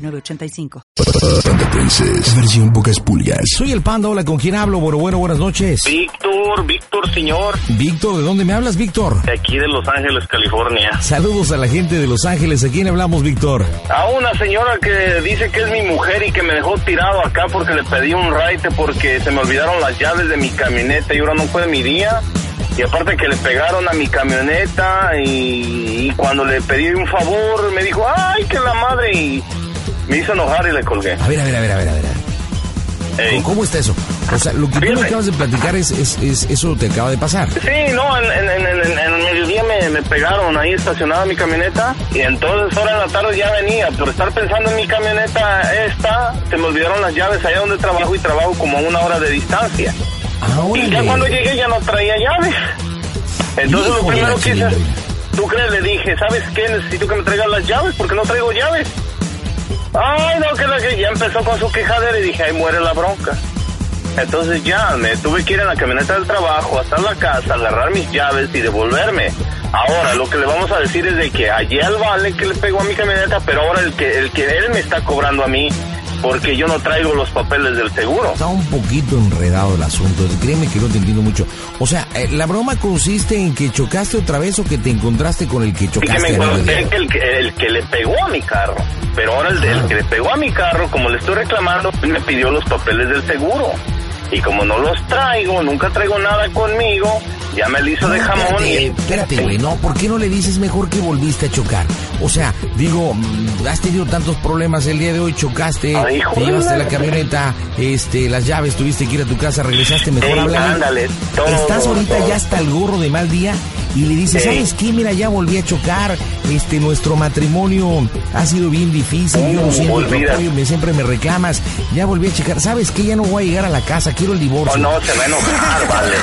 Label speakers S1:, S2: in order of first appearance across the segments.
S1: 985.
S2: Panda Princess, versión pocas pulgas.
S3: Soy el Panda, hola, ¿con quién hablo? Bueno, bueno, buenas noches.
S4: Víctor, Víctor, señor.
S3: Víctor, ¿de dónde me hablas, Víctor?
S4: De aquí de Los Ángeles, California.
S3: Saludos a la gente de Los Ángeles, ¿a quién hablamos, Víctor?
S4: A una señora que dice que es mi mujer y que me dejó tirado acá porque le pedí un raite porque se me olvidaron las llaves de mi camioneta y ahora no fue mi día. Y aparte que le pegaron a mi camioneta y, y cuando le pedí un favor me dijo, ay, que la madre y me hizo enojar y le colgué.
S3: A ver, a ver, a ver, a ver, a ver.
S4: Ey.
S3: ¿Cómo está eso? O sea, lo que tú me
S4: Fíjate.
S3: acabas de platicar es, es, es- eso te acaba de pasar.
S4: Sí, no, en, en, en, en- en el mediodía me, me pegaron ahí estacionada mi camioneta y entonces ahora en la tarde ya venía. Por estar pensando en mi camioneta esta, se me olvidaron las llaves allá donde trabajo y trabajo como a una hora de distancia.
S3: Ahora.
S4: Y ya cuando llegué ya no traía llaves.
S3: Hijo
S4: Entonces lo
S3: de
S4: primero
S3: la
S4: que hice,
S3: chilindrina.
S4: ¿tú crees? Le dije, ¿sabes qué? Necesito que me traigas las llaves porque no traigo llaves. Ay, no, que la que ya empezó con su quejadera y dije, ahí muere la bronca. Entonces ya me tuve que ir en la camioneta del trabajo hasta la casa, agarrar mis llaves y devolverme. Ahora, lo que le vamos a decir es de que ayer el vale que le pegó a mi camioneta, pero ahora el que, el que él me está cobrando a mí porque yo no traigo los papeles del seguro.
S3: Está un poquito enredado el asunto. Créeme que no te entiendo mucho. O sea, eh, la broma consiste en que chocaste otra vez o que te encontraste con el Pues que
S4: Y que
S3: chocaste.
S4: me
S3: al otro
S4: encontré
S3: día.
S4: que el, que el que le pegó a mi carro. Pero ahora el, de-
S3: Ah.
S4: el que le pegó a mi carro, como le estoy reclamando, él me pidió los papeles del seguro. Y como no los traigo, nunca traigo nada conmigo, ya me le hizo de jamón.
S3: Ah, Espérate,
S4: y-
S3: espérate, güey, no, ¿por qué no le dices mejor que volviste a chocar? O sea, digo, mm, has tenido tantos problemas el día de hoy, chocaste,
S4: Ay, hijo
S3: te
S4: de
S3: llevaste
S4: la-
S3: la camioneta, este, las llaves, tuviste que ir a tu casa, regresaste, mejor
S4: Ey,
S3: habla.
S4: ándale, todo,
S3: Estás ahorita
S4: todo.
S3: ya hasta el gorro de mal día y le dices,
S4: Ey.
S3: ¿sabes qué? Mira, ya volví a chocar, este, nuestro matrimonio ha sido bien difícil, yo no
S4: Mm,
S3: siento tu
S4: olvídate.
S3: apoyo, me, siempre me reclamas, ya volví a checar, ¿sabes qué? Ya no voy a llegar a la casa, quiero el divorcio.
S4: Oh, no, se va a enojar, vale.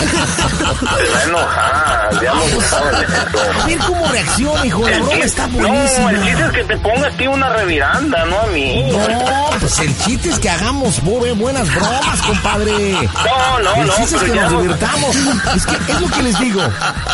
S4: Se va a enojar, ya me gustaba el ejemplo.
S3: A ver cómo reacciona, hijo, la
S4: El
S3: broma
S4: chiste-
S3: está
S4: no,
S3: buenísima.
S4: el chiste es que te ponga a ti una reviranda, no a mí.
S3: No, pues el chiste es que hagamos bu- buenas bromas, compadre.
S4: No, no,
S3: el
S4: no,
S3: chiste es
S4: pero
S3: que
S4: ya
S3: nos
S4: no-
S3: divertamos. Es que es lo que les digo.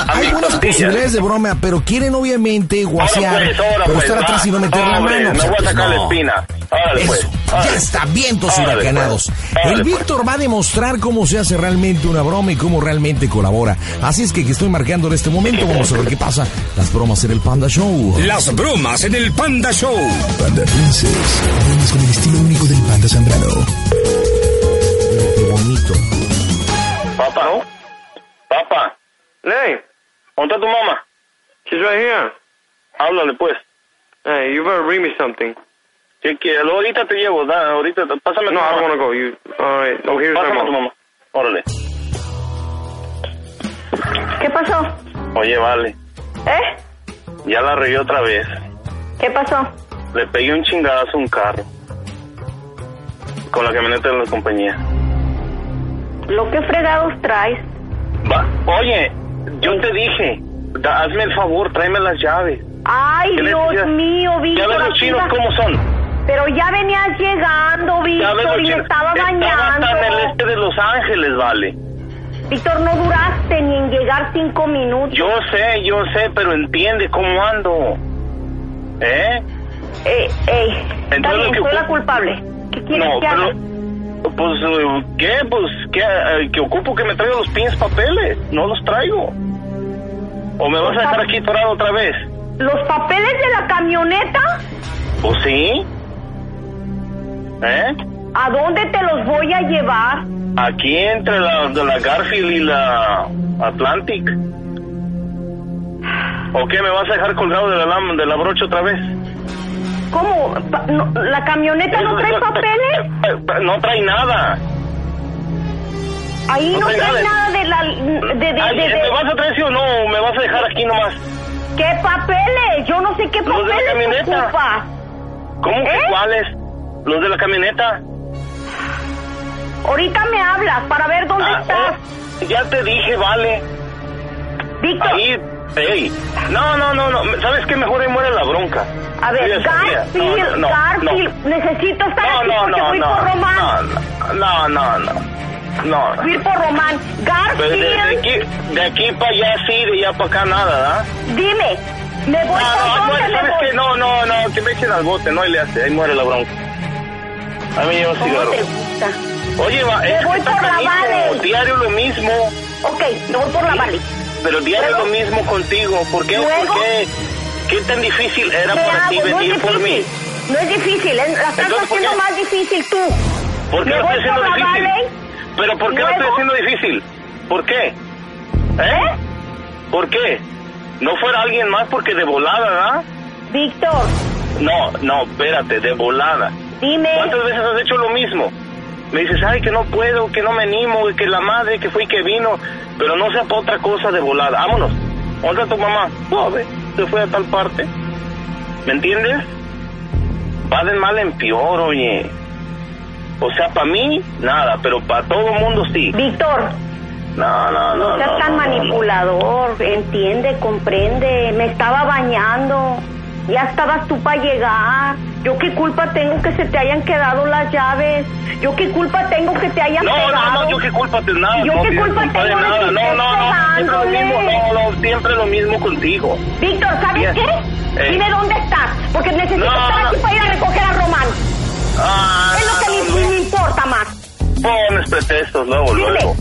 S3: Hay
S4: mis
S3: buenas
S4: costillas.
S3: posibilidades de broma, pero quieren obviamente guasear,
S4: Ahora pues, ahora
S3: pero
S4: pues.
S3: estar
S4: va.
S3: atrás y no meter la
S4: Hombre,
S3: mano.
S4: Me
S3: pues,
S4: voy a sacar la
S3: no.
S4: espina. Órale,
S3: Eso,
S4: pues. Órale.
S3: ya está, vientos
S4: Órale,
S3: huracanados.
S4: pues. Órale,
S3: el
S4: pues.
S3: Víctor va a demostrar cómo se hace realmente una broma y cómo realmente colabora. Así es que, que estoy marcando en este momento, vamos a
S4: pues.
S3: ver qué pasa. Las bromas en el Panda Show.
S5: Las bromas en el Panda Show.
S2: Panda Princess, bromas con el estilo único del Panda Zambrano.
S3: Qué bonito.
S4: Papa. Papa.
S6: Hey,
S4: ¿Dónde está tu mamá?
S6: she's right here.
S4: Háblale, pues.
S6: Hey, you better bring me something.
S4: ¿Qué quieres? Ahorita te llevo. da, ahorita. te- Pásame a tu
S6: No, I
S4: mamá.
S6: don't want to go. You, all right. Oh, here's my
S4: Pásame a tu
S6: mom.
S4: mamá. Órale.
S7: ¿Qué pasó?
S4: Oye, vale.
S7: ¿Eh?
S4: Ya la regué otra vez.
S7: ¿Qué pasó?
S4: Le pegué un chingadazo a un carro. Con la camioneta de la compañía.
S7: Lo que fregados traes.
S4: Va. Oye, yo te dije. da- hazme el favor, tráeme las llaves.
S7: Ay,
S4: ¿Qué
S7: Dios
S4: necesidad?
S7: mío,
S4: Ya
S7: Víctor.
S4: ves los
S7: aquí
S4: chinos
S7: la-
S4: cómo son.
S7: Pero ya venías llegando,
S4: Ya ves,
S7: Víctor, y me
S4: Ochil,
S7: estaba bañando.
S4: Estaba hasta en el este de Los Ángeles, vale.
S7: Víctor, no duraste ni en llegar cinco minutos.
S4: Yo sé, yo sé, pero entiende cómo ando. ¿Eh?
S7: Eh, ey, está
S4: Entonces,
S7: bien,
S4: ¿qué
S7: soy la
S4: ocu-
S7: culpable. ¿Qué quieres
S4: No,
S7: que haga?
S4: pero... Pues, eh, ¿qué? Pues, ¿qué? Eh, que ocupo que me traiga los pins papeles. No los traigo. ¿O me
S7: Pues,
S4: vas a dejar aquí atorado otra vez?
S7: ¿Los papeles de la camioneta?
S4: ¿O sí? ¿Eh?
S7: ¿A dónde te los voy a llevar?
S4: Aquí entre la, de la Garfield y la Atlantic. ¿O qué? ¿Me vas a dejar colgado de la, lam- de la brocha otra vez?
S7: ¿Cómo? Pa- no, ¿La camioneta no trae papeles?
S4: No trae nada.
S7: Ahí
S4: No
S7: no,
S4: trae
S7: trae
S4: nada.
S7: nada de la... De, de-
S4: Ay,
S7: de- de-
S4: ¿Me vas a traer sí o no? ¿Me vas a dejar aquí nomás?
S7: ¿Qué papeles? Yo no sé qué
S4: Los de la
S7: papeles
S4: camioneta.
S7: ocupas.
S4: ¿Cómo que
S7: ¿Eh?
S4: cuáles? ¿Los de la camioneta?
S7: Ahorita me hablas para ver dónde
S4: Ah,
S7: estás.
S4: oh, ya te dije, vale.
S7: Víctor,
S4: Ahí, ey. No, no, no, no. ¿Sabes qué? Mejor ahí muere la bronca.
S7: a ver,
S4: Sí, ya sabía.
S7: Garfield,
S4: No, no, no,
S7: Garfield, necesito estar
S4: No,
S7: aquí
S4: no,
S7: porque
S4: no,
S7: voy por Román.
S4: no, no, no, no, no, no.
S7: Voy por Román.
S4: Pero de, de
S7: Garfield,
S4: aquí, de aquí para allá sí, de allá para acá nada, ¿ah?
S7: dime, ¿me
S4: No,
S7: voy
S4: Ah, no,
S7: por
S4: ahí
S7: Pues, dónde
S4: muere,
S7: me
S4: ¿sabes
S7: voy?
S4: qué? No, no, no, que me echen al bote, no, y le hace, ahí muere la bronca. A mí lleva
S7: ¿Cómo
S4: cigarro.
S7: te gusta?
S4: Oye, va, es
S7: voy
S4: que está
S7: por la
S4: canijo,
S7: Vale.
S4: diario lo mismo,
S7: Ok, me voy por la Vale.
S4: pero diario
S7: Luego.
S4: lo mismo contigo, ¿por qué?
S7: Luego.
S4: ¿Por qué? ¿Qué tan difícil era
S7: ¿Qué
S4: para ti
S7: hago? No
S4: venir
S7: es
S4: por mí?
S7: difícil. No es difícil, ¿eh? la estás
S4: Entonces, ¿por
S7: haciendo
S4: qué?
S7: más difícil tú.
S4: ¿Por qué
S7: Me
S4: lo
S7: voy
S4: estoy haciendo
S7: por la
S4: difícil?
S7: Valley.
S4: ¿Pero por qué lo estoy
S7: Luego.
S4: haciendo difícil? ¿Por qué? ¿Eh? ¿Por qué? No fuera alguien más porque de volada, ¿verdad?
S7: Víctor,
S4: No, no, espérate, de volada.
S7: dime.
S4: ¿Cuántas veces has hecho lo mismo? Me dices, ay, que no puedo, que no me animo, que la madre que fui que vino, pero no sea para otra cosa de volada. Vámonos. ¿Dónde está tu mamá? No, ve, se fue a tal parte. ¿Me entiendes? Va de mal en peor, oye. O sea, para mí, nada, pero para todo el mundo sí.
S7: Víctor,
S4: No, no, no.
S7: no
S4: no,
S7: seas tan
S4: no, no.
S7: manipulador, entiende, comprende. Me estaba bañando, ya estabas tú para llegar. Yo qué culpa tengo que se te hayan quedado las llaves. Yo qué culpa tengo que te hayan
S4: No,
S7: pegado.
S4: no, no, yo qué culpa de nada.
S7: Yo
S4: no,
S7: qué
S4: tienes
S7: culpa
S4: de
S7: tengo de
S4: nada.
S7: que
S4: No,
S7: estés
S4: no, no, siempre lo mismo,
S7: pegándole.
S4: no, no, siempre lo mismo contigo.
S7: Víctor, ¿sabes
S4: Bien.
S7: qué?
S4: Eh.
S7: Dime dónde estás, porque necesito
S4: No,
S7: estar
S4: no.
S7: aquí para ir a recoger a Román.
S4: Ah,
S7: Es lo que
S4: no,
S7: a mí me importa más.
S4: Pones pretextos luego,
S7: Dime.
S4: luego.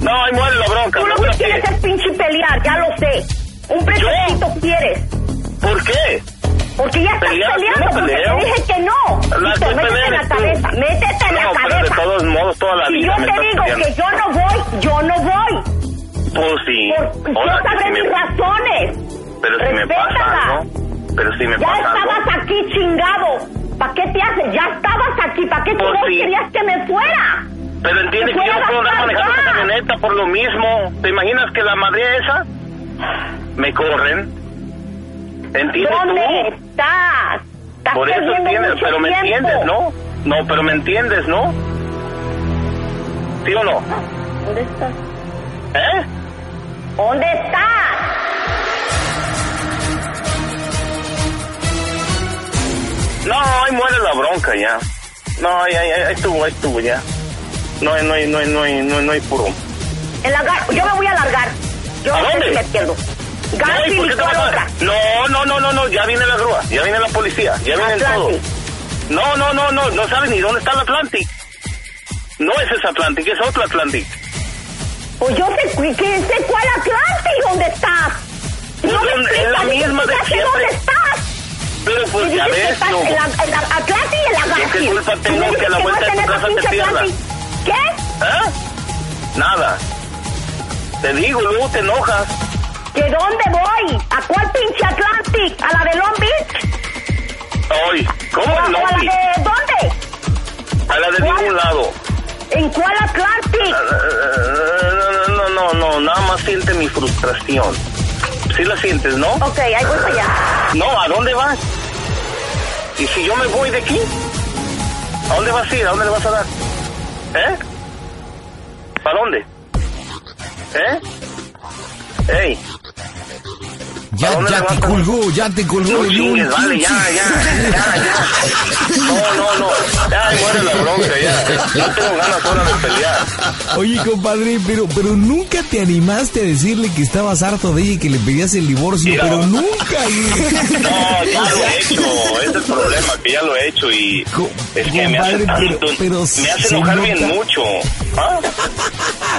S4: No, ahí muere la bronca.
S7: Tú
S4: no
S7: lo que
S4: fuera
S7: quieres
S4: que-
S7: es pinche pelear, ya lo sé. Un pretextito quieres.
S4: ¿Por qué?
S7: Porque ya estás
S4: Pelear,
S7: peleando,
S4: yo no
S7: porque
S4: peleo.
S7: te dije que no.
S4: La
S7: Listo,
S4: que
S7: métete
S4: pelea
S7: en la
S4: eres tú.
S7: cabeza, métete en la
S4: No, pero de
S7: cabeza.
S4: todos modos, toda la
S7: Si yo
S4: vida me
S7: te
S4: estás
S7: digo
S4: peleando.
S7: que yo no voy, yo no voy.
S4: Pues sí.
S7: Por, yo
S4: Hola, que
S7: sabré
S4: si me-
S7: mis razones.
S4: Pero si me pasa
S7: Respétala.
S4: algo. Pero si me
S7: Ya
S4: pasa algo.
S7: estabas aquí chingado. ¿Para qué te haces? Ya estabas aquí. ¿Para qué tú
S4: Pues sí.
S7: querías que me fuera?
S4: Pero entiende que yo no puedo andar manejando esa camioneta por lo mismo. ¿Te imaginas que la madre esa? Me corren. ¿Entiendes
S7: ¿Dónde
S4: tú?
S7: estás? Estás
S4: Por eso
S7: perdiendo
S4: entiendes,
S7: mucho
S4: pero me
S7: tiempo.
S4: entiendes, ¿no? No, pero me entiendes, ¿no? ¿Sí o no?
S7: ¿Dónde estás?
S4: ¿Eh?
S7: ¿Dónde estás?
S4: No, ahí muere la bronca ya. No, ahí, ahí, ahí estuvo, ahí estuvo ya. No, hay- no, hay- no, hay- no, hay- no, hay- no hay puro.
S7: En la gar- Yo me voy a largar. Yo
S4: ¿A
S7: no sé
S4: dónde?
S7: si me pierdo.
S4: Ay, ¿por
S7: Garfield
S4: qué
S7: y
S4: te vas
S7: cuál
S4: a-
S7: otra.
S4: No, no, no, no, no, ya viene la grúa, ya viene la policía, ya viene todo.
S7: Atlantic.
S4: No, no, no, no, no sabes ni dónde está el Atlantic. No es ese Atlantic, es otro Atlantic.
S7: Pues yo sé, cu- que sé cuál Atlantic dónde estás. No me
S4: Es la
S7: explicas, ni
S4: misma de
S7: siquiera sé
S4: siempre.
S7: dónde estás.
S4: Pero
S7: Y
S4: pues ya
S7: dices que
S4: ves,
S7: estás
S4: no.
S7: en la, en la Atlantic y en la
S4: Yo qué
S7: Garfield.
S4: culpa
S7: Tú
S4: tengo
S7: me dices
S4: que a la
S7: no
S4: vuelta de
S7: está en
S4: tu
S7: esa
S4: casa te
S7: pinche
S4: pierdas.
S7: Atlantic. ¿Qué?
S4: ¿Eh? Nada. Te digo, luego te enojas.
S7: ¿Que dónde voy? ¿A cuál pinche Atlantic? ¿A la de Long Beach?
S4: Hoy, ¿cómo
S7: ¿O
S4: no?
S7: a la
S4: sí?
S7: de dónde?
S4: A la de ningún lado.
S7: ¿En cuál Atlantic?
S4: Ah. Eh, No, no, no, nada más siente mi frustración. Sí la sientes, ¿no?
S7: Ok, ahí voy para allá.
S4: No, ¿a dónde vas? ¿Y si yo me voy de aquí? ¿A dónde vas a ir? ¿A dónde le vas a dar? ¿Eh? ¿Para dónde? ¿Eh? ¡Ey! ¿A
S3: Ya,
S4: dónde
S3: ya
S4: le
S3: te
S4: vas a-
S3: colgó, ya te colgó.
S4: No
S3: le dio un
S4: chingues, vale, ya,
S3: pinche-
S4: ya, ya, ya. No, no, no. Ya, ahí muere la bronca, ya. No tengo ganas ahora de pelear.
S3: Oye, compadre, pero, pero nunca te animaste a decirle que estabas harto de ella y que le pedías el divorcio,
S4: Mira.
S3: pero nunca. güey.
S4: No, ya lo he hecho. Es el problema, que ya lo he hecho y...
S3: Co-
S4: Es que me hace
S3: compadre, pero-
S4: tanto...
S3: pero
S4: me hace
S3: se
S4: enojar
S3: nota-
S4: bien mucho. ¿Ah?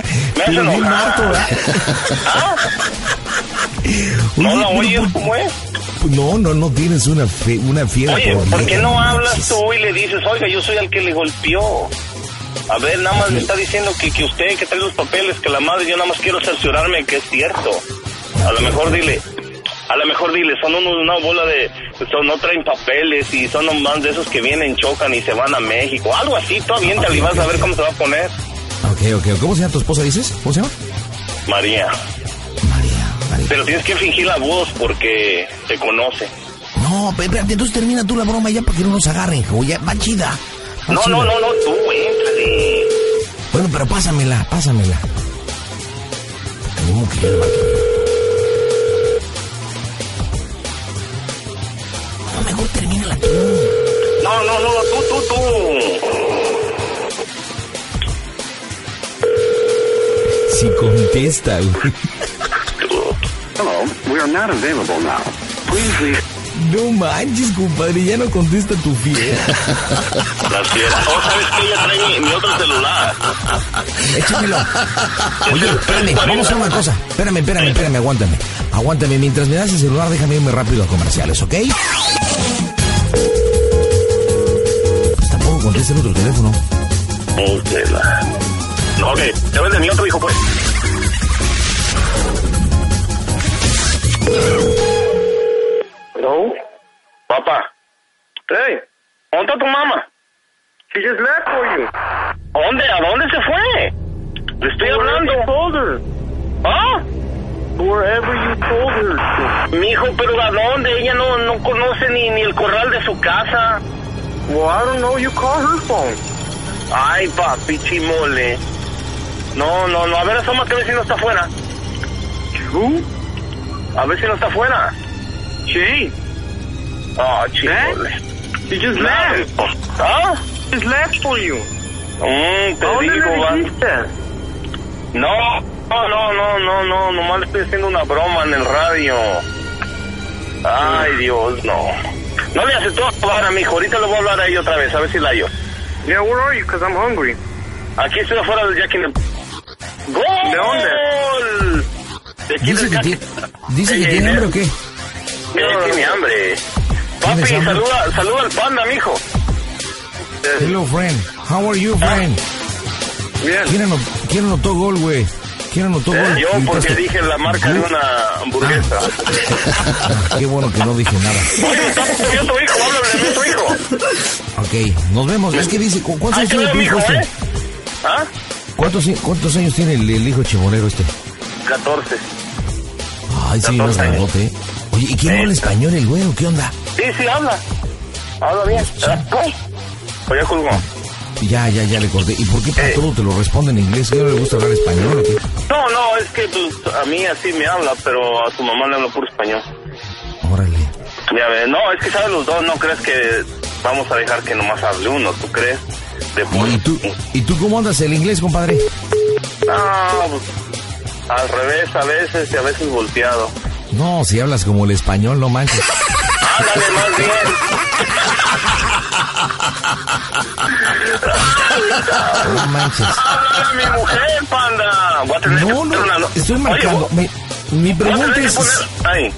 S4: Me hace
S3: Pero bien harto,
S4: enojar.
S3: ¿verdad?
S4: ¿Ah?
S3: Oye,
S4: ¿No la
S3: pero
S4: oyes
S3: ¿por-
S4: cómo es?
S3: No, no, no tienes una, fe, una fiera
S4: Oye,
S3: por
S4: ¿por
S3: mí.
S4: qué no hablas tú y le dices, oiga, yo soy el que le golpeó? A ver, nada más me está diciendo que, que usted, que trae los papeles, que la madre, yo nada más quiero cerciorarme que es cierto. A lo mejor dile, a lo mejor dile, son unos, una bola de, son, no traen papeles y son nomás de esos que vienen, chocan y se van a México. Algo así, tú aviéntale y vas a ver cómo se va a poner.
S3: Ok, ok. ¿Cómo se llama tu esposa, dices? ¿Cómo se llama?
S4: María,
S3: María. María.
S4: pero tienes que fingir la voz porque te conoce.
S3: No, pe- espérate, entonces termina tú la broma ya para que no nos agarren, hijo. Ya, va chida. va
S4: No,
S3: chida.
S4: no, no, no, tú, éntrale.
S3: Bueno, pero pásamela, pásamela. No, que ya le va a tocar. No, mejor termínala tú.
S4: No, no, no, tú, tú, tú.
S3: Si contesta, güey.
S4: Hello, we are not available now. Please leave.
S3: No manches, compadre, ya no contesta tu fiera.
S4: La fiera. Oh, ¿sabes qué? Ella trae mi, mi otro celular.
S3: Échamelo. Oye, espérame, vamos a hacer una cosa. Espérame, espérame, espérame, aguántame. Aguántame, mientras me das el celular, déjame irme rápido a comerciales, ¿ok? Pues Tampoco contesta el otro teléfono.
S4: Oh, de la... No, ok, te vende mi otro hijo, pues.
S6: Hello?
S4: Papá,
S6: Hey,
S4: ¿dónde está tu mamá?
S6: she just left for you.
S4: ¿A dónde? ¿A dónde se fue? Le estoy
S6: Wherever
S4: hablando.
S6: you told her.
S4: ¿Ah?
S6: Wherever you told her.
S4: Mi hijo, pero ¿a dónde? Ella no, no conoce ni, ni el corral de su casa.
S6: Well, I don't know. You call her phone.
S4: Ay, papi, chimole. No, no, no. A ver, asómate a ver si no está afuera.
S6: Who?
S4: A ver si no está afuera.
S6: She.
S4: Ah,
S6: ¿Eh?
S4: chimole.
S6: She just
S4: Nada.
S6: left.
S4: ¿Ah?
S6: She just left for you.
S4: Mm, te
S6: ¿A dónde
S4: digo, va.
S6: le dijiste?
S4: No, no, no, no, no, no, nomás le estoy haciendo una broma en el radio.
S6: Mm.
S4: Ay, Dios, no. No le aceptó a mi hijo, ahorita le voy a hablar a ella otra vez, a ver si la yo.
S6: Yeah, where are you? Because I'm hungry.
S4: Aquí estoy afuera del Jack in the- ¡Gol!
S6: ¿De dónde?
S4: De aquí
S3: Dice
S4: del
S3: que,
S4: Jack-
S3: tiene, dice que
S4: Eh,
S3: tiene
S4: eh,
S3: hambre o qué.
S4: eh, tiene hambre. Papi,
S3: ¿Tienes hambre? Ah,
S4: saluda, saluda al panda, mijo.
S3: Hello, friend. How are you, friend?
S6: Bien.
S3: ¿Quién anotó, quién anotó gol, güey? ¿Quién anotó
S4: Eh,
S3: gol?
S4: yo
S3: Ahorita
S4: porque
S3: estoy-
S4: dije la marca de una hamburguesa.
S3: Ah, Qué bueno que no dije nada.
S4: Oye, está a tu hijo, háblale a tu hijo.
S3: Ok, nos vemos. Es que dice, ¿cu- ¿cuántos
S4: Ahí
S3: años
S4: te
S3: tiene
S4: veo,
S3: tu hijo
S4: mijo,
S3: este?
S4: ¿eh? ¿Ah?
S3: ¿Cuántos, cuántos años tiene el, el hijo chimonero este?
S4: 14.
S3: Ay, sí, no es
S4: 14 años.
S3: grandote. ¿eh? Oye, ¿y quién habla español el güey o qué onda?
S4: Sí, sí, habla. Habla bien. Ah, Pues Oye, colgó.
S3: Ya, ya, ya le corté. ¿Y por qué para
S4: Eh.
S3: todo te lo responde en inglés? ¿Que no le gusta hablar español o qué?
S4: No, no, es que pues, a mí así me habla, pero a su mamá le habla puro español.
S3: Órale.
S4: Ya ves, no, es que saben los dos, no crees que vamos a dejar que nomás hable uno, ¿tú crees? De por-
S3: ¿Y tú, ¿Y tú cómo andas el inglés, compadre?
S4: No, pues, al revés a veces y a veces volteado.
S3: No, si hablas como el español, no manches.
S4: Háblale más bien.
S3: No manches.
S4: Háblale a mi mujer, panda. Voy a tener que
S3: No,
S4: poner una
S3: no,
S4: no-
S3: estoy
S4: Oye,
S3: marcando.
S4: voy-
S3: Mi, mi
S4: voy a tener
S3: pregunta
S4: que
S3: es...
S4: poner- Ay.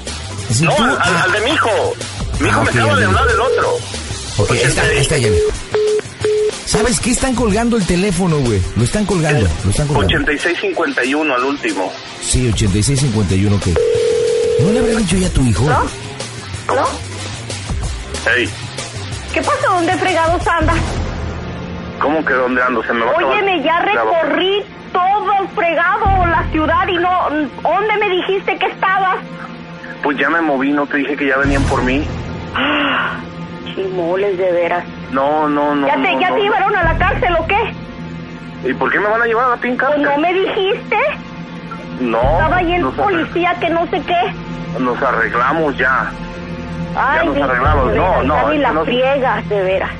S3: si
S4: No,
S3: tú-
S4: al, al-
S3: ah,
S4: al de mi hijo. Mi hijo
S3: Ah,
S4: me
S3: ok,
S4: acaba
S3: al
S4: de
S3: de-
S4: hablar del otro.
S3: Ok, esta, esta ya. ¿Sabes qué? Están colgando el teléfono, güey. Lo están colgando, lo están colgando.
S4: 86-51 al último.
S3: Sí, 8651, ok. ¿No le habrás dicho ya a tu hijo?
S7: ¿No? ¿No?
S4: Ey,
S7: ¿Qué pasó? ¿Dónde fregados andas?
S4: ¿cómo que dónde ando? Se me va a acabar
S7: Óyeme, ya
S4: la bo-
S7: recorrí todo el fregado la ciudad y no... ¿Dónde me dijiste que estabas?
S4: Pues ya me moví, no te dije que ya venían por mí.
S7: Chimoles, de veras.
S4: No, no, no.
S7: ¿Ya te,
S4: no,
S7: ya
S4: no.
S7: te llevaron a la cárcel o qué?
S4: ¿Y por qué me van a llevar a la pinca?
S7: Pues no me dijiste.
S4: No.
S7: Estaba ahí el
S4: nos arre-
S7: policía que no sé qué.
S4: Nos arreglamos ya.
S7: Ay,
S4: nos
S7: de-
S4: arreglamos.
S7: de
S4: No,
S7: veras,
S4: no,
S7: ya
S4: es
S7: ni
S4: que
S7: la
S4: no-
S7: friegas, de veras.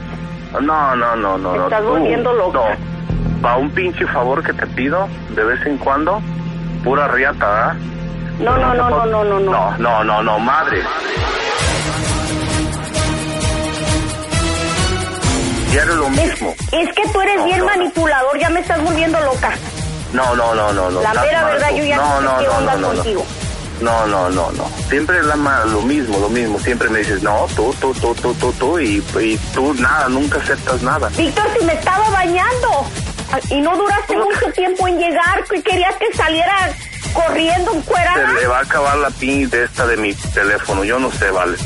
S4: No, no, no, no.
S7: Te
S4: no,
S7: estás
S4: tú,
S7: volviendo loca.
S4: No. Para un pinche favor que te pido de vez en cuando, pura riata, ¿ah?
S7: No, no, no, no, no, no, no.
S4: No, no, no, no, madre. Ya era lo
S7: Es,
S4: mismo.
S7: es que tú eres
S4: No,
S7: bien
S4: no, no.
S7: manipulador, ya me estás volviendo loca.
S4: No, no, no, no, no.
S7: La
S4: estás
S7: mera
S4: mal
S7: verdad,
S4: tú.
S7: yo ya
S4: no,
S7: no
S4: no,
S7: sé qué
S4: no,
S7: onda
S4: no, no, no.
S7: contigo.
S4: No, no, no, no. Siempre es la ma- lo mismo, lo mismo. Siempre me dices, no, tú, tú, tú, tú, tú, tú, y, y tú nada, nunca aceptas nada.
S7: Víctor, si me estaba bañando ah, y no duraste mucho tiempo en llegar, que querías que saliera corriendo un
S4: Se le
S7: cuerada.
S4: va a acabar la pin de esta de mi teléfono, yo no sé, vale.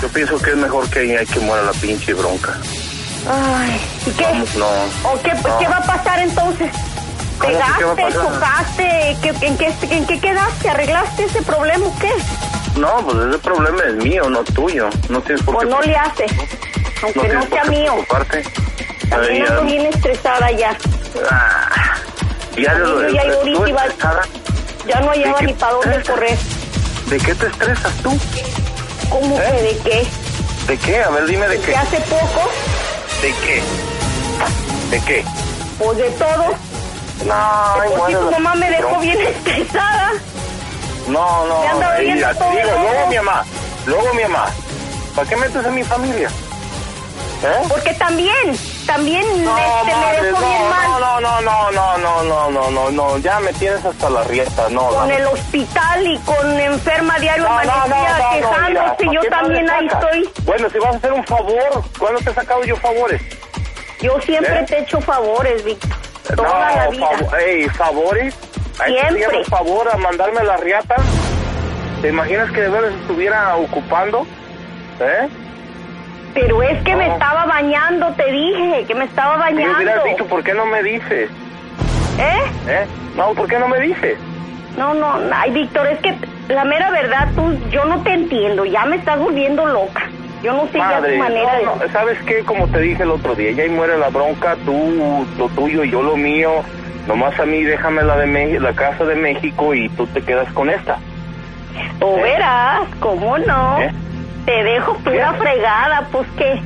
S4: Yo pienso que es mejor que hay que muera la pinche bronca.
S7: Ay, ¿y qué?
S4: Vamos, no.
S7: ¿O qué,
S4: No.
S7: qué va a pasar entonces?
S4: ¿Cómo que qué va a
S7: ¿Pegaste,
S4: pasar?
S7: chocaste? ¿qué- en, qué, ¿En qué quedaste? ¿Arreglaste ese problema o qué?
S4: No, pues ese problema es mío, no tuyo. No tienes por
S7: Pues
S4: qué.
S7: no le hace,
S4: no
S7: aunque no,
S4: tienes por
S7: sea
S4: qué
S7: mío.
S4: preocuparte.
S7: También
S4: Ay,
S7: ando
S4: ya-
S7: bien estresada ya.
S4: Ah, ya
S7: También
S4: lo-
S7: yo ya
S4: ¿tú
S7: ahorita iba-
S4: estresada?
S7: Ya no hallaba
S4: ¿De qué ¿Eh?
S7: ni para dónde
S4: estresas?
S7: correr.
S4: ¿De qué te estresas tú?
S7: ¿Cómo
S4: ¿Eh?
S7: que de qué?
S4: ¿De qué? A ver, dime de qué.
S7: Que hace poco,
S4: ¿De qué? ¿De qué?
S7: pues de todo.
S4: No, ay,
S7: Pues si
S4: bueno,
S7: tu mamá me dejó
S4: no.
S7: bien estresada.
S4: No, no,
S7: Me andaba
S4: ahí,
S7: viendo
S4: ya te
S7: todo ¿eh?
S4: digo,
S7: loco.
S4: luego mi mamá, luego mi mamá. ¿Para qué metes a mi familia? ¿Eh?
S7: Porque también, también este, me
S4: madre,
S7: dejó bien mal.
S4: no, no, no, no, no, no, no, no, no, no, ya me tienes hasta la rieta, no,
S7: Con
S4: dame.
S7: el hospital y con enferma diario
S4: No, no, no,
S7: amanecía
S4: no, no, mira,
S7: quejándose.
S4: ¿para
S7: yo
S4: qué madre
S7: también ahí
S4: sacas?
S7: estoy.
S4: Bueno, si vas a hacer un favor, ¿cuándo te he sacado yo favores?
S7: Yo siempre
S4: ¿Eh?
S7: te echo favores, Víctor. Toda
S4: no,
S7: la vida.
S4: fav- ey, favores. Ahí te
S7: Siempre.
S4: pidieron favor a mandarme la riata. ¿Te imaginas que de veras estuviera ocupando? ¿Eh?
S7: Pero es que me
S4: No.
S7: estaba bañando, te dije, que me estaba
S4: Y me hubieras
S7: bañando.
S4: dicho, ¿por qué no me dices?
S7: ¿Eh?
S4: ¿Eh? No, ¿por qué no me dices?
S7: No, no, ay, Víctor, es que la mera verdad, tú, yo no te entiendo, ya me estás volviendo loca. Yo no sé ya
S4: Madre,
S7: tu manera de...
S4: no, no, ¿sabes qué? Como te dije el otro día, ya ahí muere la bronca, tú lo tuyo y yo lo mío. Nomás a mí déjame la de Meji- la casa de México y tú te quedas con esta.
S7: Tú verás, ¿cómo no?
S4: ¿Eh?
S7: Te dejo pura
S4: ¿Eh?
S7: fregada, pues que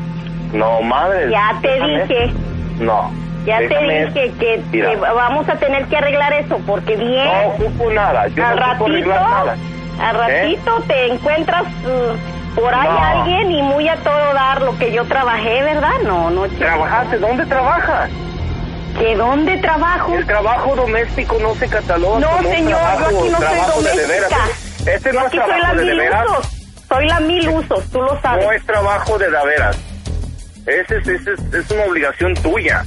S4: No, madre.
S7: ya te
S4: déjame
S7: dije,
S4: esto. No.
S7: ya
S4: déjame
S7: te
S4: esto.
S7: dije que, que
S4: Mira.
S7: vamos a tener que arreglar eso, porque bien,
S4: No ocupo nada, yo
S7: al
S4: no ocupo
S7: ratito,
S4: arreglar nada. ¿Eh?
S7: al ratito te encuentras mm, por ahí
S4: No.
S7: alguien y muy a todo dar lo que yo trabajé, ¿verdad? No, no, chico.
S4: ¿Trabajaste? ¿Dónde trabajas?
S7: ¿Que dónde trabajo?
S4: El trabajo doméstico no se cataloga
S7: No,
S4: como un
S7: señor,
S4: trabajo,
S7: yo aquí no soy
S4: trabajo de de veras.
S7: doméstica.
S4: Este
S7: Yo
S4: no es
S7: aquí soy la
S4: trabajo de de
S7: mil
S4: veras.
S7: usos. Soy la mil usos, tú lo sabes.
S4: No es trabajo de daveras. Ese es, ese es, es una obligación tuya.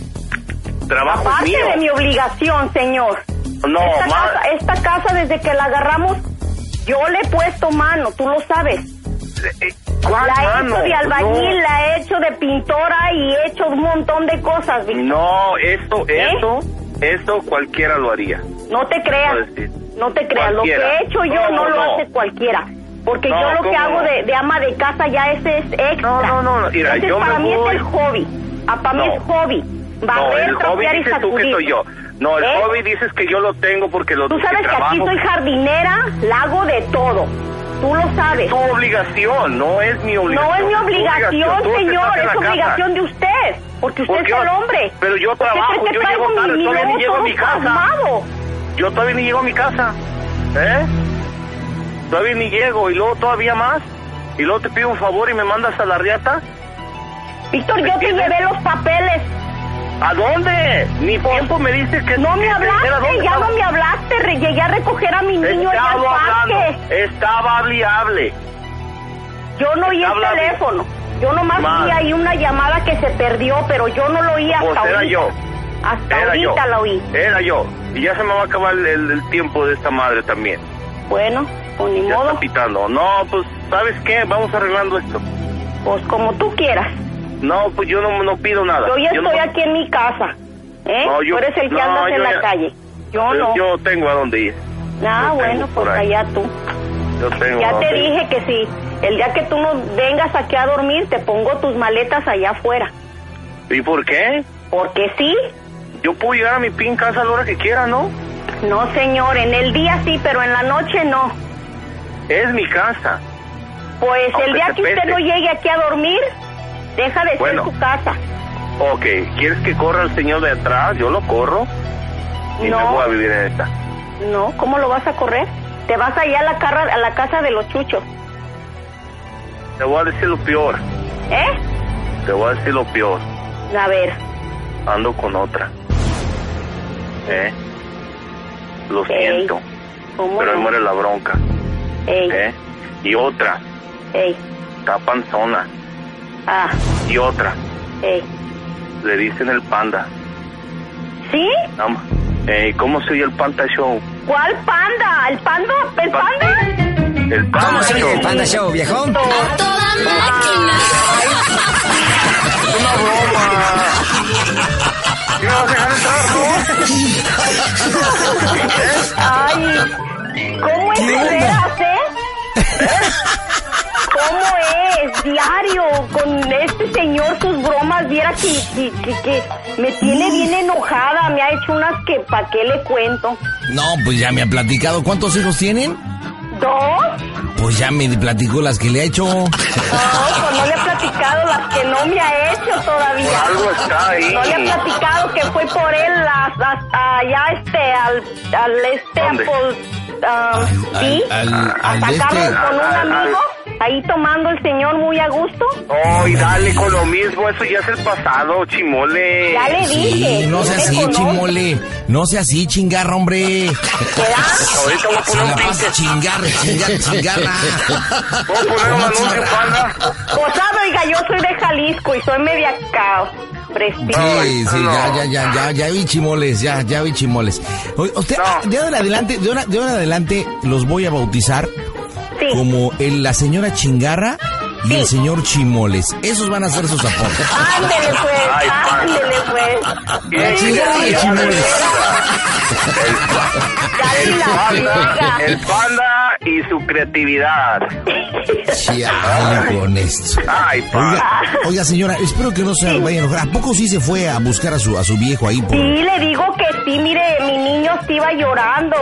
S4: Trabajo
S7: Parte
S4: mío.
S7: de mi obligación, señor.
S4: No,
S7: esta,
S4: ma-
S7: casa, esta casa, desde que la agarramos, yo le he puesto mano, tú lo sabes.
S4: Eh, ¿cuál
S7: La he
S4: mano?
S7: hecho de albañil,
S4: No.
S7: la he hecho de pintora y he hecho un montón de cosas, Vic.
S4: No, esto,
S7: ¿Eh?
S4: esto, esto cualquiera lo haría.
S7: No te creas,
S4: No, Pues sí.
S7: no te creas. Lo que
S4: Cualquiera.
S7: he hecho
S4: No,
S7: yo no, lo
S4: no.
S7: hace cualquiera. Porque
S4: No,
S7: yo lo que
S4: ¿cómo
S7: hago
S4: no?
S7: de, de ama de casa ya ese es extra.
S4: No, no, no, no. Mira,
S7: Ese
S4: yo
S7: para
S4: me
S7: mí
S4: voy-
S7: es el hobby. Ah, para mí
S4: No.
S7: es hobby.
S4: no,
S7: Barrer,
S4: el hobby
S7: trapear y
S4: dices tú que
S7: sacudir.
S4: soy yo. No, el
S7: ¿Eh?
S4: hobby dices que yo lo tengo porque lo
S7: Tú sabes que aquí
S4: trabajo.
S7: soy jardinera, la hago de todo. Tú lo sabes.
S4: tu obligación, no es mi
S7: No
S4: obligación.
S7: es mi
S4: tu
S7: obligación,
S4: Tú
S7: señor,
S4: estás en la
S7: es
S4: casa.
S7: obligación de usted. Porque usted
S4: ¿Por qué?
S7: es el hombre.
S4: Pero yo
S7: ¿Usted cree
S4: trabajo,
S7: que
S4: yo
S7: traigo
S4: llego tarde,
S7: mi- mi
S4: todavía ni
S7: lodo
S4: llego a
S7: todo
S4: mi casa.
S7: pasmado?
S4: Yo todavía ni llego a mi casa. ¿Eh? Todavía ni llego y luego todavía más. Y luego te pido un favor y me mandas a la riata.
S7: Víctor, yo te
S4: ¿Entiendes?
S7: llevé los papeles.
S4: ¿A dónde? Ni tiempo me dices que
S7: No me
S4: que- que- ¿a
S7: hablaste,
S4: este, dónde
S7: ya
S4: estaba? Este,
S7: no me hablaste. Re- Llegué a recoger a mi niño allá al
S4: Estaba
S7: parque.
S4: hablando, estaba hable y hable.
S7: Yo no oí el
S4: Habla, Vic.
S7: teléfono. Yo nomás
S4: Mal.
S7: vi ahí una llamada que se perdió, pero yo no lo oí hasta
S4: Pues era
S7: ahorita.
S4: yo.
S7: Hasta
S4: Era yo.
S7: ahorita la oí.
S4: Era yo. Y ya se me va a acabar el, el tiempo de esta madre también.
S7: Bueno, pues ni
S4: Ya
S7: modo.
S4: está pitando. No, pues, ¿sabes qué? Vamos arreglando esto.
S7: Pues como tú quieras.
S4: No, pues yo no, no pido nada.
S7: Yo ya
S4: no-
S7: estoy aquí en mi casa. ¿Eh?
S4: No, yo-
S7: tú eres el que
S4: no,
S7: andas
S4: yo
S7: en la
S4: ya-
S7: calle. Yo
S4: Yo-
S7: no.
S4: Yo tengo a dónde ir. yo
S7: ah,
S4: tengo
S7: bueno,
S4: por
S7: pues
S4: ahí.
S7: allá tú.
S4: Yo tengo a
S7: Ya te
S4: dónde ir.
S7: dije que si el día que tú no vengas aquí a dormir, te pongo tus maletas allá afuera.
S4: ¿Y por qué?
S7: Porque sí,
S4: Yo puedo llegar a mi pin casa a la hora que quiera, ¿no?
S7: no señor, en el día sí, pero en la noche no.
S4: Es mi casa.
S7: Pues
S4: Aunque
S7: el día
S4: te
S7: que usted
S4: pese.
S7: no llegue aquí a dormir, deja de
S4: Bueno.
S7: ser su casa.
S4: Ok, ¿quieres que corra el señor de atrás? Yo lo corro y
S7: No.
S4: me voy a vivir en esta.
S7: No, ¿cómo lo vas a correr? Te vas allá a la, carra, a la casa de los chuchos.
S4: Te voy a decir lo peor.
S7: ¿Eh?
S4: Te voy a decir lo peor.
S7: A ver,
S4: Ando con otra. ¿Eh? Lo
S7: Ok.
S4: siento.
S7: ¿cómo
S4: Pero ahí
S7: no?
S4: muere la bronca.
S7: Ey,
S4: ¿Eh? Y otra.
S7: ey,
S4: Está panzona.
S7: ah,
S4: Y otra.
S7: ey.
S4: Le dicen el panda.
S7: ¿Sí?
S4: Nada más. Eh, ¿Cómo se oye el Panda Show?
S7: ¿Cuál panda? ¿El panda? ¿El
S4: Pa-
S7: panda?
S4: El Panda
S8: ¿Cómo se
S4: Show.
S8: oye el Panda Show, viejón?
S4: ¡Una broma! ¿Qué me vas a dejar entrar,
S7: Ay, ¿cómo es
S8: ¿Qué
S7: de
S8: onda?
S7: veras, eh? diario con este señor, sus bromas, viera que, que, que- que me tiene bien
S8: Mm.
S7: enojada, me ha hecho unas que pa' qué le cuento.
S3: No, pues ya me ha platicado. ¿Cuántos hijos tienen?
S7: ¿Dos?
S3: Pues ya me platicó las que le ha hecho.
S7: No, pues no le ha platicado las que no me ha hecho todavía.
S6: Algo está ahí.
S7: No le ha platicado que fue por él las- las- allá este, al, al este,
S6: ¿Dónde?
S7: por- ah,
S3: Al-
S7: sí,
S3: al-
S7: a
S3: al
S7: sacarnos
S3: este.
S7: con un
S6: Al- al-
S7: amigo, ahí tomando el señor muy a gusto.
S6: Oh, y dale con lo mismo, eso ya es el pasado, chimole.
S7: Ya le dije.
S3: Sí, no sea
S7: te
S3: así,
S7: conozco,
S3: chimole. No sea así, chingarra, hombre.
S7: ¿verdad?
S6: Ahorita voy a
S3: Se
S6: poner un
S3: la
S6: pinche.
S3: pasa chingar, chingar, chingarra.
S6: Voy a poner un anuncio, panda.
S7: Pues sabe, oiga, yo soy de Jalisco y soy media cao. Prestita.
S3: Sí, sí, ya, ya, ya, ya, ya vi chimoles, ya, ya vi chimoles. Oye, Usted,
S6: No.
S3: de ahora en adelante, de ahora, de ahora en adelante los voy a bautizar
S7: Sí.
S3: como el- la señora chingarra y el
S7: Sí.
S3: señor chimoles. Esos van a ser sus aportes.
S7: Ándele pues,
S6: Ay, pa.
S7: ándele pues.
S6: Bien,
S7: Sí,
S3: chingada,
S7: ya,
S3: chingada.
S7: de veras. Ya ni la
S6: Panda,
S7: friega.
S6: el panda y su creatividad.
S3: Chiale con esto.
S6: Ay, panda.
S3: Oiga, oiga, señora, espero que no se vaya a enojar. ¿A poco sí se fue a buscar a su, a su viejo ahí? Por...
S7: Sí, le digo que sí, mire, mi niño sí iba llorando,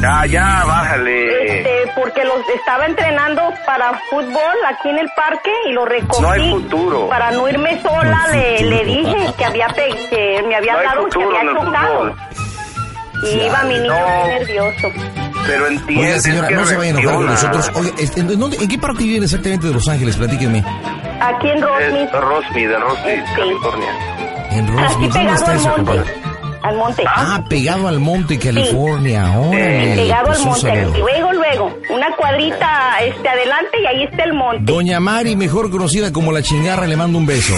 S6: Ya, ya, bájale.
S7: este, porque los estaba entrenando para fútbol aquí en el parque y lo recogí.
S6: No hay futuro.
S7: Para no irme sola, le, le dije que había pe- que me había
S6: No hay
S7: dado, que
S6: futuro en
S7: había
S6: el
S7: chocado.
S6: fútbol.
S7: Y iba mi niño
S6: No.
S7: muy nervioso.
S6: Pero entiende.
S3: Oiga, señora, no se vaya a enojar con nosotros. Oiga, este, ¿en, dónde- en qué parque viven exactamente de Los Ángeles? Platíquenme.
S7: Aquí en Rosny,
S6: Es Rosmi, de Rosmi,
S7: Sí.
S6: California.
S3: En
S7: aquí
S3: Roswell. ¿Dónde
S7: pegado
S3: está
S7: al
S3: eso,
S7: monte.
S3: compadre?
S7: Al monte.
S3: Ah, pegado al monte, California. Órale,
S7: Pegado
S3: pues
S7: al
S3: un
S7: monte.
S3: saludo.
S7: Y luego, luego, una cuadrita este adelante y ahí está el monte.
S3: Doña Mari, mejor conocida como la chingarra, le mando un beso.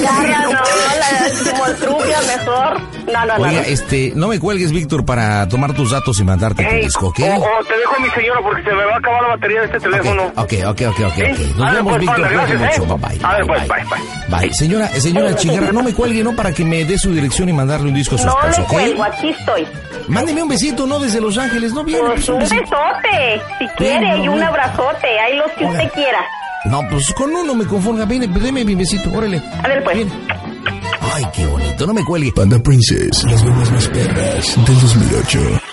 S7: Garra, no, la como el trufia mejor. No, no, no.
S3: Oiga,
S7: no.
S3: este, no me cuelgues, Víctor, para tomar tus datos y mandarte a tu
S6: Ey,
S3: disco, ¿ok?
S6: o,
S4: oh,
S6: o Oh, te dejo a mi señora porque se me va a acabar la batería de este teléfono.
S3: Ok, ok, ok, ok. ok.
S6: Sí.
S3: Nos
S6: Ándale,
S3: vemos,
S6: pues,
S3: Víctor.
S6: Panda,
S3: Cuídate
S6: gracias,
S3: mucho.
S6: ¿eh?
S3: Bye, bye.
S6: Ándale,
S3: bye,
S6: pues,
S3: bye.
S6: bye,
S3: Bye. Señora, eh, señora Chingarra, no me cuelgue, ¿no? Para que me dé su dirección y mandarle un disco a su
S7: No
S3: esposo,
S7: le
S3: ¿ok?
S7: cuelgo, aquí estoy.
S3: Mándeme un besito, ¿no? Desde Los Ángeles, ¿no? Viene,
S7: Pues
S3: pues, un
S7: un
S3: besito.
S7: besote, si quiere, y un abrazote, ahí los que usted quiera.
S3: No, pues con uno me conforma. Viene, pues, deme mi besito, órale.
S7: A ver, pues.
S3: Viene. Ay, qué bonito, no me cuelgue.
S2: Panda Princess, las bromas más perras del 2008.